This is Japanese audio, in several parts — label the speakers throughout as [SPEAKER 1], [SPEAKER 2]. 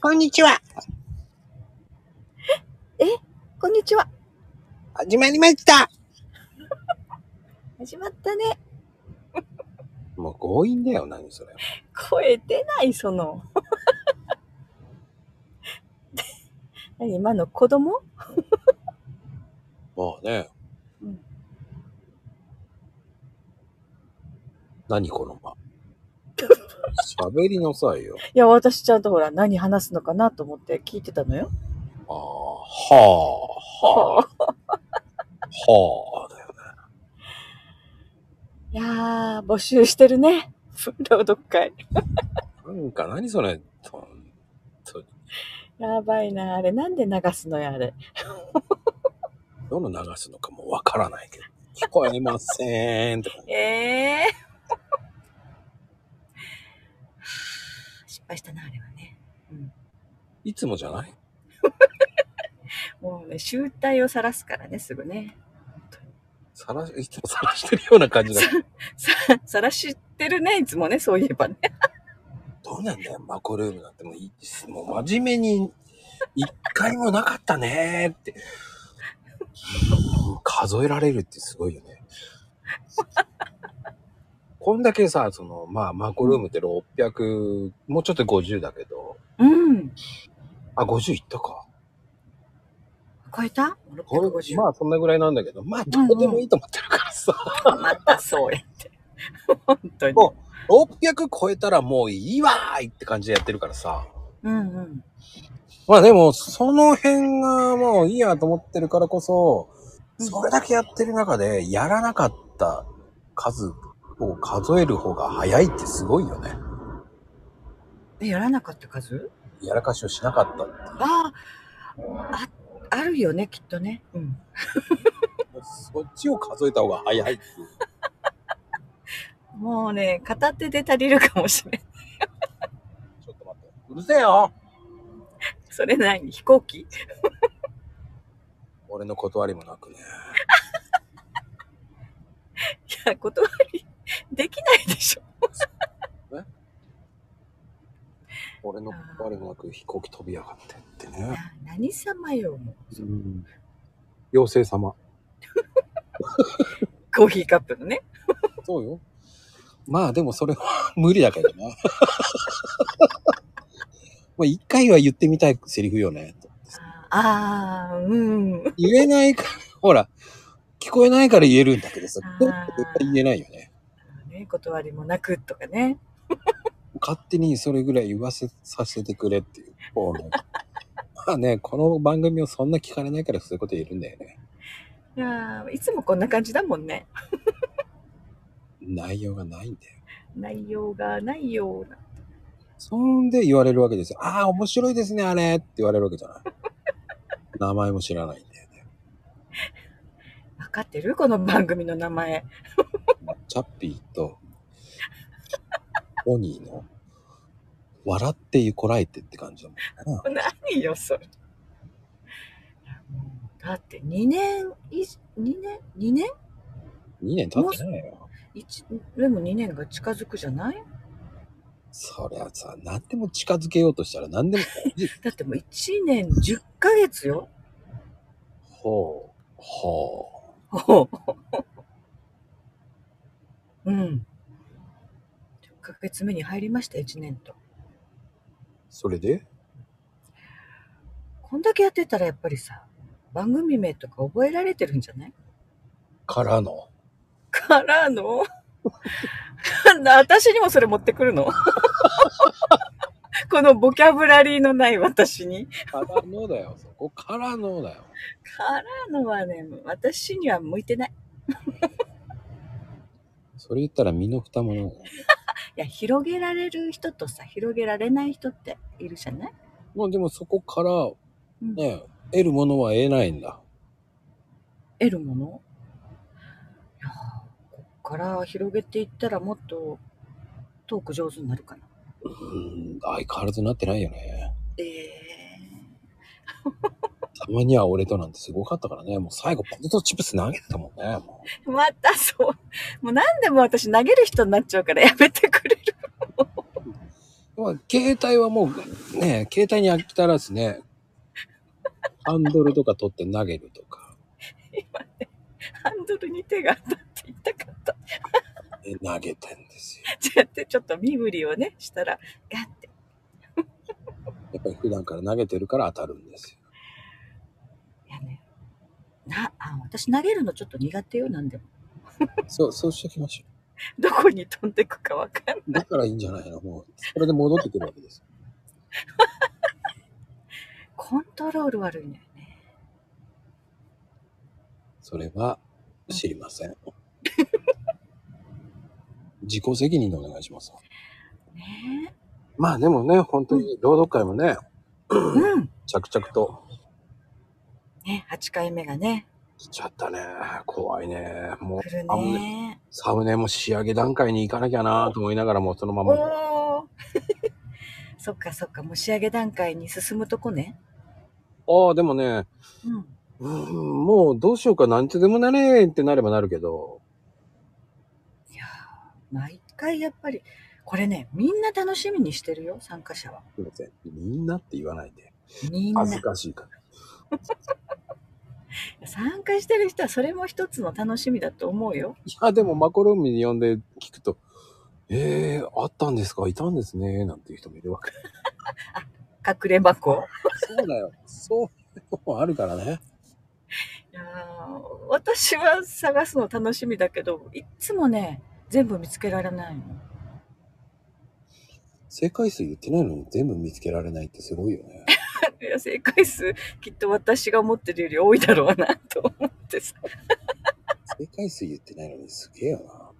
[SPEAKER 1] こんにちは。
[SPEAKER 2] こんにちは。
[SPEAKER 1] 始まりました。
[SPEAKER 2] 始まったね。
[SPEAKER 1] もう強引だよ、何それ。
[SPEAKER 2] 声出ない、その。 何今の子供
[SPEAKER 1] まあね。
[SPEAKER 2] うん
[SPEAKER 1] 何この間。喋りなさいよ。
[SPEAKER 2] いや、私ちゃんとほら、何話すのかなと思って聞いてたのよ。
[SPEAKER 1] ああ、はあ、は
[SPEAKER 2] は
[SPEAKER 1] あ、
[SPEAKER 2] あ
[SPEAKER 1] はあだよ。
[SPEAKER 2] いやー、募集してるね。朗読会。
[SPEAKER 1] なんか何それ。ほんとに
[SPEAKER 2] やばいな、あれ。なんで流すのや、あれ。
[SPEAKER 1] どの流すのかもわからないけど。聞こえませんとか。
[SPEAKER 2] ええ 失敗したな、あれはね。
[SPEAKER 1] いつもじゃない
[SPEAKER 2] もうね、集体を晒すからね、すぐね。
[SPEAKER 1] さらし、いつもさらしてるような感じだけど。
[SPEAKER 2] さ、晒してるね、いつもね、そういえばね。
[SPEAKER 1] どうなんだよ、マコルームなんてもういもう真面目に、一回もなかったねーって。うん数えられるってすごいよね。こんだけさ、その、まあ、マコルームって600、もうちょっと50だけど、
[SPEAKER 2] うん。
[SPEAKER 1] あ、50いったか。
[SPEAKER 2] 超えた
[SPEAKER 1] これ
[SPEAKER 2] ?650。
[SPEAKER 1] まあ、そんなぐらいなんだけど、まあ、どうでもいいと思ってるからさ、
[SPEAKER 2] またそうやって。 本当に。
[SPEAKER 1] お600超えたらもういいわーいって感じでやってるからさ。
[SPEAKER 2] うんうん。
[SPEAKER 1] まあでも、その辺がもういいやと思ってるからこそ、それだけやってる中で、やらなかった数を数える方が早いってすごいよね。
[SPEAKER 2] え、やらなかった数
[SPEAKER 1] やらかしをしなかったって
[SPEAKER 2] ああ、あ、あるよね、きっとね。うん。
[SPEAKER 1] いう。そっちを数えた方が早いっていう。
[SPEAKER 2] もうね、片手で足りるかもしれん。
[SPEAKER 1] ちょっと待って。うるせえよ
[SPEAKER 2] それ何飛行機
[SPEAKER 1] 俺の断りもなくね。
[SPEAKER 2] いや、断り、できないでしょ。
[SPEAKER 1] 俺の断りもなく飛行機飛びやがってってね。
[SPEAKER 2] な何様よ、もう。
[SPEAKER 1] うん。妖精様。
[SPEAKER 2] コーヒーカップのね。
[SPEAKER 1] そうよ。まあでもそれは 無理だけどな。まあ一回は言ってみたいセリフよね。
[SPEAKER 2] ああ、うん。
[SPEAKER 1] 言えないから、 ほら、聞こえないから言えるんだけどさ
[SPEAKER 2] あ、ー
[SPEAKER 1] でも絶対言えないよね。
[SPEAKER 2] ね、断りもなくとかね。
[SPEAKER 1] 勝手にそれぐらい言わせさせてくれっていう。こうね まあね、この番組をそんな聞かれないからそういうこと言えるんだよね。
[SPEAKER 2] いやーいつもこんな感じだもんね。
[SPEAKER 1] 内容がないんだよ。
[SPEAKER 2] 内容がないような。
[SPEAKER 1] そんで言われるわけですよ。ああ、面白いですね、あれって言われるわけじゃない。名前も知らないんだよね。
[SPEAKER 2] わかってるこの番組の名前。
[SPEAKER 1] チャッピーと、ポニーの、笑ってこらえてって感じだもんね。
[SPEAKER 2] 何よそれだって2年い2年2年
[SPEAKER 1] 2年経ってないよ。
[SPEAKER 2] 一でも2年が近づくじゃない
[SPEAKER 1] そりゃさ、何でも近づけようとしたら何でも、
[SPEAKER 2] だってもう1年10ヶ月よ
[SPEAKER 1] ほう、ほ
[SPEAKER 2] ほううん10ヶ月目に入りました1年と
[SPEAKER 1] う。それで
[SPEAKER 2] こんだけやってたらやっぱりさ番組名とか覚えられてるんじゃない
[SPEAKER 1] からの。
[SPEAKER 2] からの私にもそれ持ってくるの このボキャブラリーのない私に
[SPEAKER 1] からのだよ。そこからのだよ。
[SPEAKER 2] からのはね私には向いてない
[SPEAKER 1] それ言ったら身の蓋もないよ。
[SPEAKER 2] いや広げられる人とさ広げられない人っているじゃない、
[SPEAKER 1] まあでもそこから、
[SPEAKER 2] うん
[SPEAKER 1] ね、得るものは得ないんだ。
[SPEAKER 2] 得るものいやこっから広げていったらもっとトーク上手になるかな
[SPEAKER 1] うーん、相変わらずなってないよね。
[SPEAKER 2] え
[SPEAKER 1] たまには俺となんてすごかったからね。もう最後ポテトチップス投げてたもんね。も
[SPEAKER 2] ー、またそうもう何でも私投げる人になっちゃうからやめてくれる
[SPEAKER 1] うまあ、携帯はもう、ね、携帯に飽きたらずね、ハンドルとか取って投げるとか、
[SPEAKER 2] 今ね、ハンドルに手が当たって痛かった。
[SPEAKER 1] ね投げてんですよ。
[SPEAKER 2] ってやって、ちょっと身振りをね、したら、ガッて。
[SPEAKER 1] やっぱり普段から投げてるから当たるんですよ。
[SPEAKER 2] いやね、な、あ、私投げるのちょっと苦手よ、なんでも。
[SPEAKER 1] そう、そうしておきましょ
[SPEAKER 2] どこに飛んでくかわかん
[SPEAKER 1] う。だからいいんじゃないのもう、それで戻ってくるわけです。
[SPEAKER 2] コントロール悪いんだよね。
[SPEAKER 1] それは知りません。自己責任でお願いします。
[SPEAKER 2] ね
[SPEAKER 1] まあでもね、本当に朗読会もね、
[SPEAKER 2] え。うん。
[SPEAKER 1] 着々と
[SPEAKER 2] ね、8回目がね、
[SPEAKER 1] 来ちゃったね。怖いね。もう
[SPEAKER 2] 来る
[SPEAKER 1] サムネ、
[SPEAKER 2] ね。
[SPEAKER 1] サムネも仕上げ段階に行かなきゃなと思いながらもそのま
[SPEAKER 2] お
[SPEAKER 1] ま。
[SPEAKER 2] おー。 そっかそっか、もう仕上げ段階に進むとこね。
[SPEAKER 1] ああ、でもね、
[SPEAKER 2] うん。
[SPEAKER 1] うん、もうどうしようかなんてでもなれってなればなるけど、
[SPEAKER 2] いやー毎回やっぱり、これね、みんな楽しみにしてるよ、参加者は。
[SPEAKER 1] すいません。みんなって言わないで。
[SPEAKER 2] みんな
[SPEAKER 1] 恥。ずかしいから。
[SPEAKER 2] 参加してる人はそれも一つの楽しみだと思うよ。
[SPEAKER 1] いや、でもマコロームに呼んで聞くと、ええー、あったんですかいたんですねなんていう人もいるわけ。
[SPEAKER 2] 隠れ箱。
[SPEAKER 1] そうだよ。そういうのもあるからね。
[SPEAKER 2] いやー私は探すの楽しみだけど、いっつもね、全部見つけられないの。
[SPEAKER 1] 正解数言ってないのに全部見つけられないってすごいよね。
[SPEAKER 2] いや正解数、きっと私が思ってるより多いだろうなと思ってさ。
[SPEAKER 1] 正解数言ってないのにすげえよな。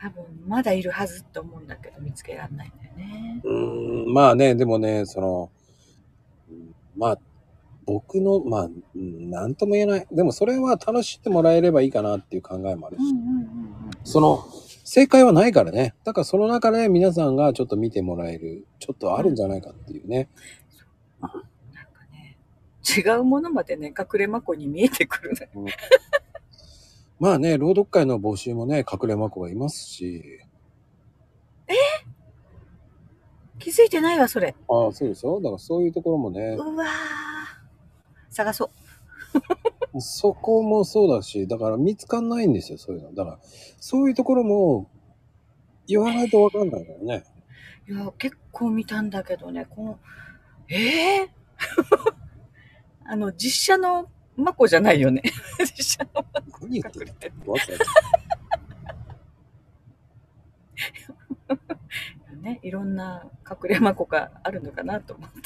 [SPEAKER 2] 多分まだいるはずと思うんだけど、見つけられないんだよね。
[SPEAKER 1] うーん、まあね、でもね、その、うんまあ、僕の、まあ、うんなんとも言えない。でもそれは楽しんでもらえればいいかなっていう考えもあるし。
[SPEAKER 2] うん
[SPEAKER 1] その、正解はないからね。だからその中で皆さんがちょっと見てもらえる、ちょっとあるんじゃないかっていうね。
[SPEAKER 2] うん。なんかね、違うものまでね、隠れ箱に見えてくるね。
[SPEAKER 1] まあね、朗読会の募集もね、隠れまこがいますし。
[SPEAKER 2] 気づいてないわ、それ。
[SPEAKER 1] ああ、そうでしょだからそういうところもね、
[SPEAKER 2] うわー。探そう。
[SPEAKER 1] そこもそうだし、だから見つかんないんですよ、そういうの。だから、そういうところも、言わないとわかんないからね。
[SPEAKER 2] いや、結構見たんだけどね、この、ええ あの、実写のマコじゃないよね。 実写の
[SPEAKER 1] 何言ってん
[SPEAKER 2] 隠れ
[SPEAKER 1] の
[SPEAKER 2] てる
[SPEAKER 1] わけわかんない
[SPEAKER 2] よね。いろんな隠れマコがあるのかなと思って。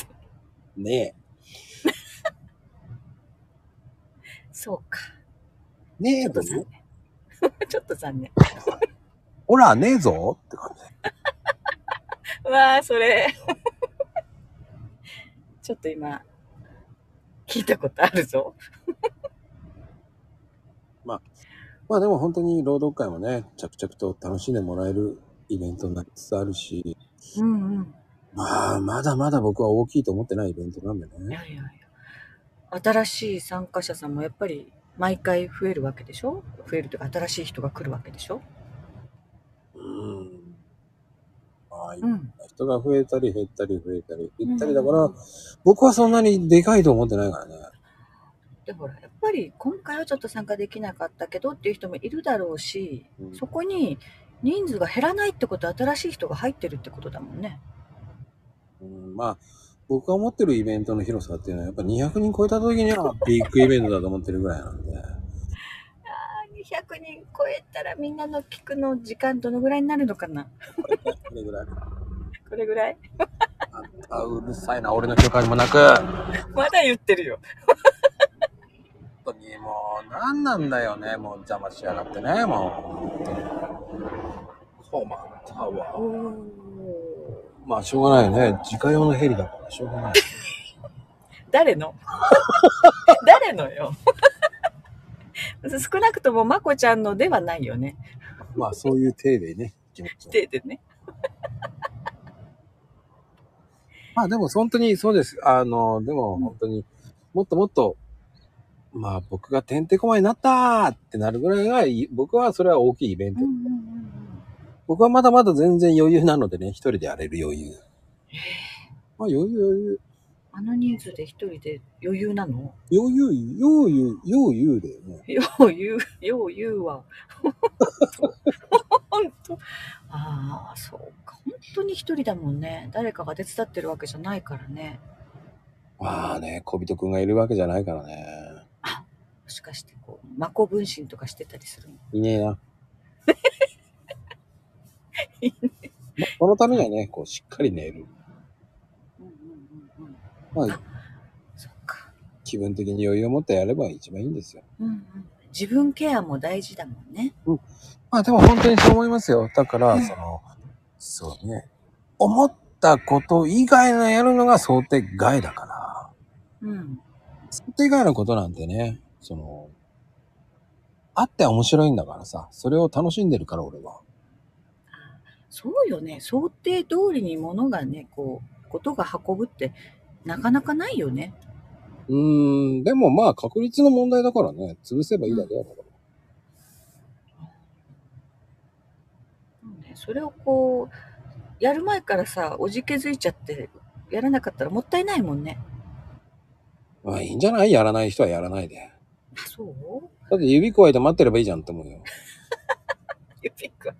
[SPEAKER 1] ね
[SPEAKER 2] そうか。
[SPEAKER 1] え。ね
[SPEAKER 2] ち
[SPEAKER 1] え
[SPEAKER 2] ょっと
[SPEAKER 1] と
[SPEAKER 2] 残
[SPEAKER 1] ね。
[SPEAKER 2] 念。 ちょっと残念。
[SPEAKER 1] ほら、ねえぞって感じ。
[SPEAKER 2] うわあ、それ。 ちょっと今、聞いたことあるぞ。
[SPEAKER 1] まあでも本当に朗読会もね、着々と楽しんでもらえるイベントになりつつあるし、
[SPEAKER 2] うんうん。
[SPEAKER 1] まあ、まだまだ僕は大きいと思ってないイベントなんで
[SPEAKER 2] い
[SPEAKER 1] ね。
[SPEAKER 2] やいやいや。新しい参加者さんもやっぱり毎回増えるわけでしょ増えるというか新しい人が来るわけでしょ
[SPEAKER 1] うん。まあ、いろ
[SPEAKER 2] うん。
[SPEAKER 1] なん人が増えたり減ったり増えたり減ったりだか
[SPEAKER 2] うんう
[SPEAKER 1] ら
[SPEAKER 2] んうん、
[SPEAKER 1] 僕はそんなにでかいと思ってないからね。
[SPEAKER 2] でほらやっぱり今回はちょっと参加できなかったけどっていう人もいるだろうし、
[SPEAKER 1] うん
[SPEAKER 2] そこに人数が減らないってことは新しい人が入ってるってことだもんね。
[SPEAKER 1] うん、まあ、僕が持ってるイベントの広さっていうのは、やっぱ200人超えた時にはビッグイベントだと思ってるぐらいなんで。
[SPEAKER 2] 200人超えたらみんなの聞くの時間どのぐらいになるのかな
[SPEAKER 1] これぐらい。
[SPEAKER 2] これぐらい
[SPEAKER 1] あ、うるさいな、俺の許可にもなく。本
[SPEAKER 2] まだ言ってるよ。
[SPEAKER 1] 当にもう、なんなんだよね、もう邪魔しやがってね、もう。困ったわ。まあ、しょうがないよね。自家用のヘリだから、しょうがない。
[SPEAKER 2] 誰 の誰のよ少なくともまこちゃんのではないよね。
[SPEAKER 1] まあ、そういう体でね、気持ちを
[SPEAKER 2] 手でね。
[SPEAKER 1] まあでも本当にそうです。あの、でも本当に、もっともっと、まあ僕がてんてこまになったーってなるぐらいがいい、僕はそれは大きいイベント。僕はまだまだ全然余裕なのでね、一人でやれる余裕。まあ余裕
[SPEAKER 2] あの人数で一人で余裕なの
[SPEAKER 1] 余裕、余裕、余裕、余裕だよね。
[SPEAKER 2] 余裕、余裕は。 本当。ああ、そうか。本当に一人だもんね。誰かが手伝ってるわけじゃないからね。
[SPEAKER 1] まあね、小人くんがいるわけじゃないからね。
[SPEAKER 2] もしかして、こう、マコ分身とかしてたりするの
[SPEAKER 1] いねえ な。
[SPEAKER 2] い
[SPEAKER 1] まそのためにはね、こう、しっかり寝る。
[SPEAKER 2] うんうんうんうん。
[SPEAKER 1] まあ
[SPEAKER 2] あ、そっか。
[SPEAKER 1] 気分的に余裕を持ってやれば一番いいんですよ。
[SPEAKER 2] うんうん。自分ケアも大事だもんね。
[SPEAKER 1] まあでも本当にそう思いますよ。だから、
[SPEAKER 2] うん
[SPEAKER 1] その、そうね。思ったこと以外のやるのが想定外だから。
[SPEAKER 2] うん。
[SPEAKER 1] 想定外のことなんてね、その、あって面白いんだからさ、それを楽しんでるから俺は。
[SPEAKER 2] そうよね。想定通りに物がね、こう、ことが運ぶって、なかなかないよね。
[SPEAKER 1] うーん、でもまあ確率の問題だからね、潰せばいいだけだから。
[SPEAKER 2] ねそれをこう、やる前からさ、おじけづいちゃって、やらなかったらもったいないもんね。
[SPEAKER 1] まあいいんじゃないやらない人はやらないで。
[SPEAKER 2] あ、そう
[SPEAKER 1] だって指加えて待ってればいいじゃんって思うよ。
[SPEAKER 2] 指くん。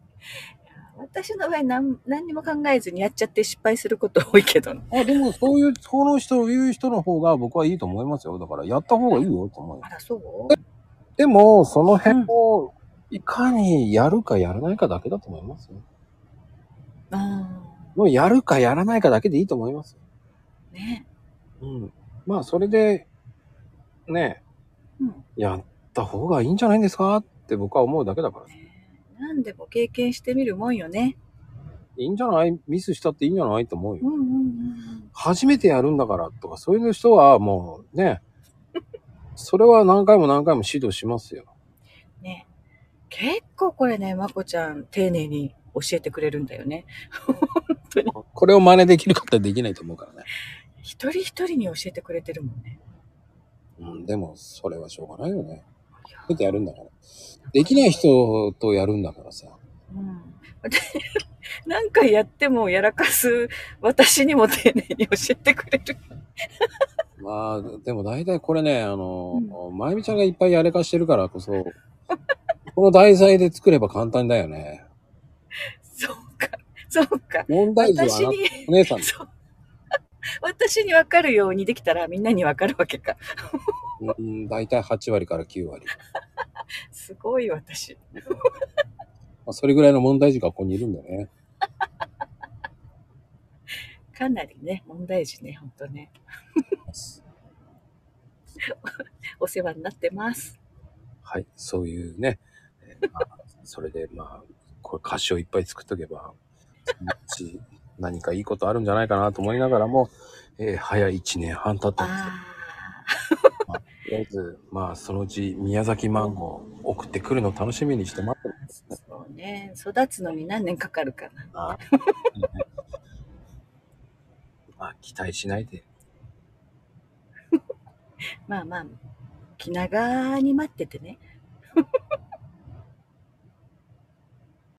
[SPEAKER 2] 私の場合何、何にも考えずにやっちゃって失敗すること多いけどね、
[SPEAKER 1] あでもそういう、その人、いう人の方が僕はいいと思いますよ。だからやった方がいいよと思うよ
[SPEAKER 2] あ。ら、そう
[SPEAKER 1] でも、その辺を、いかにやるかやらないかだけだと思いますよ。
[SPEAKER 2] あ
[SPEAKER 1] もうやるかやらないかだけでいいと思いますよ。
[SPEAKER 2] あ、ね。
[SPEAKER 1] うん。まあそれで、ね、
[SPEAKER 2] うん。
[SPEAKER 1] やった方がいいんじゃないんですかって僕は思うだけだから。
[SPEAKER 2] 何でも経験してみるもんよね。
[SPEAKER 1] いいんじゃないミスしたっていいんじゃないと思う
[SPEAKER 2] う
[SPEAKER 1] よ。
[SPEAKER 2] んうんうん
[SPEAKER 1] 初めてやるんだからとか、そういう人はもう ね、それは何回も何回も指導しますよ。
[SPEAKER 2] うん。ね。結構これね、まこちゃん、丁寧に教えてくれるんだよね。
[SPEAKER 1] これを真似できるかってできないと思うからね。
[SPEAKER 2] 一人一人に教えてくれてるもんね。
[SPEAKER 1] うん、でも、それはしょうがないよね。だってやるんだから。できない人とやるんだからさ。
[SPEAKER 2] うん、何回やってもやらかす私にも丁寧に教えてくれる。
[SPEAKER 1] まあ、でも大体これね、あの、まゆみちゃんがいっぱいやれかしてるからこそ、 この題材で作れば簡単だよね。
[SPEAKER 2] そうか、そうか。
[SPEAKER 1] 問題児はあ
[SPEAKER 2] 私
[SPEAKER 1] なた
[SPEAKER 2] に、
[SPEAKER 1] お姉さんだ
[SPEAKER 2] そう。私に分かるようにできたらみんなに分かるわけか。
[SPEAKER 1] うん、大体8割から9割。
[SPEAKER 2] すごい私。
[SPEAKER 1] まあ、それぐらいの問題児がここにいるんだよね。
[SPEAKER 2] かなりね、問題児ね、ほんとね。お世話になってます。
[SPEAKER 1] はい、そういうね。えーまあ、 それで、まあ、これ歌詞をいっぱい作っとけば、そのうち何かいいことあるんじゃないかなと思いながらも、えー早い1年半経ったんですけ
[SPEAKER 2] あ
[SPEAKER 1] どとりあえず、まあ、そのうち宮崎マンゴー送ってくるの楽しみにして待ってるんです
[SPEAKER 2] あ、そうね。育つのに何年かかるかな。
[SPEAKER 1] な。まあ、期待しないで。
[SPEAKER 2] まあまあ、気長に待っててね。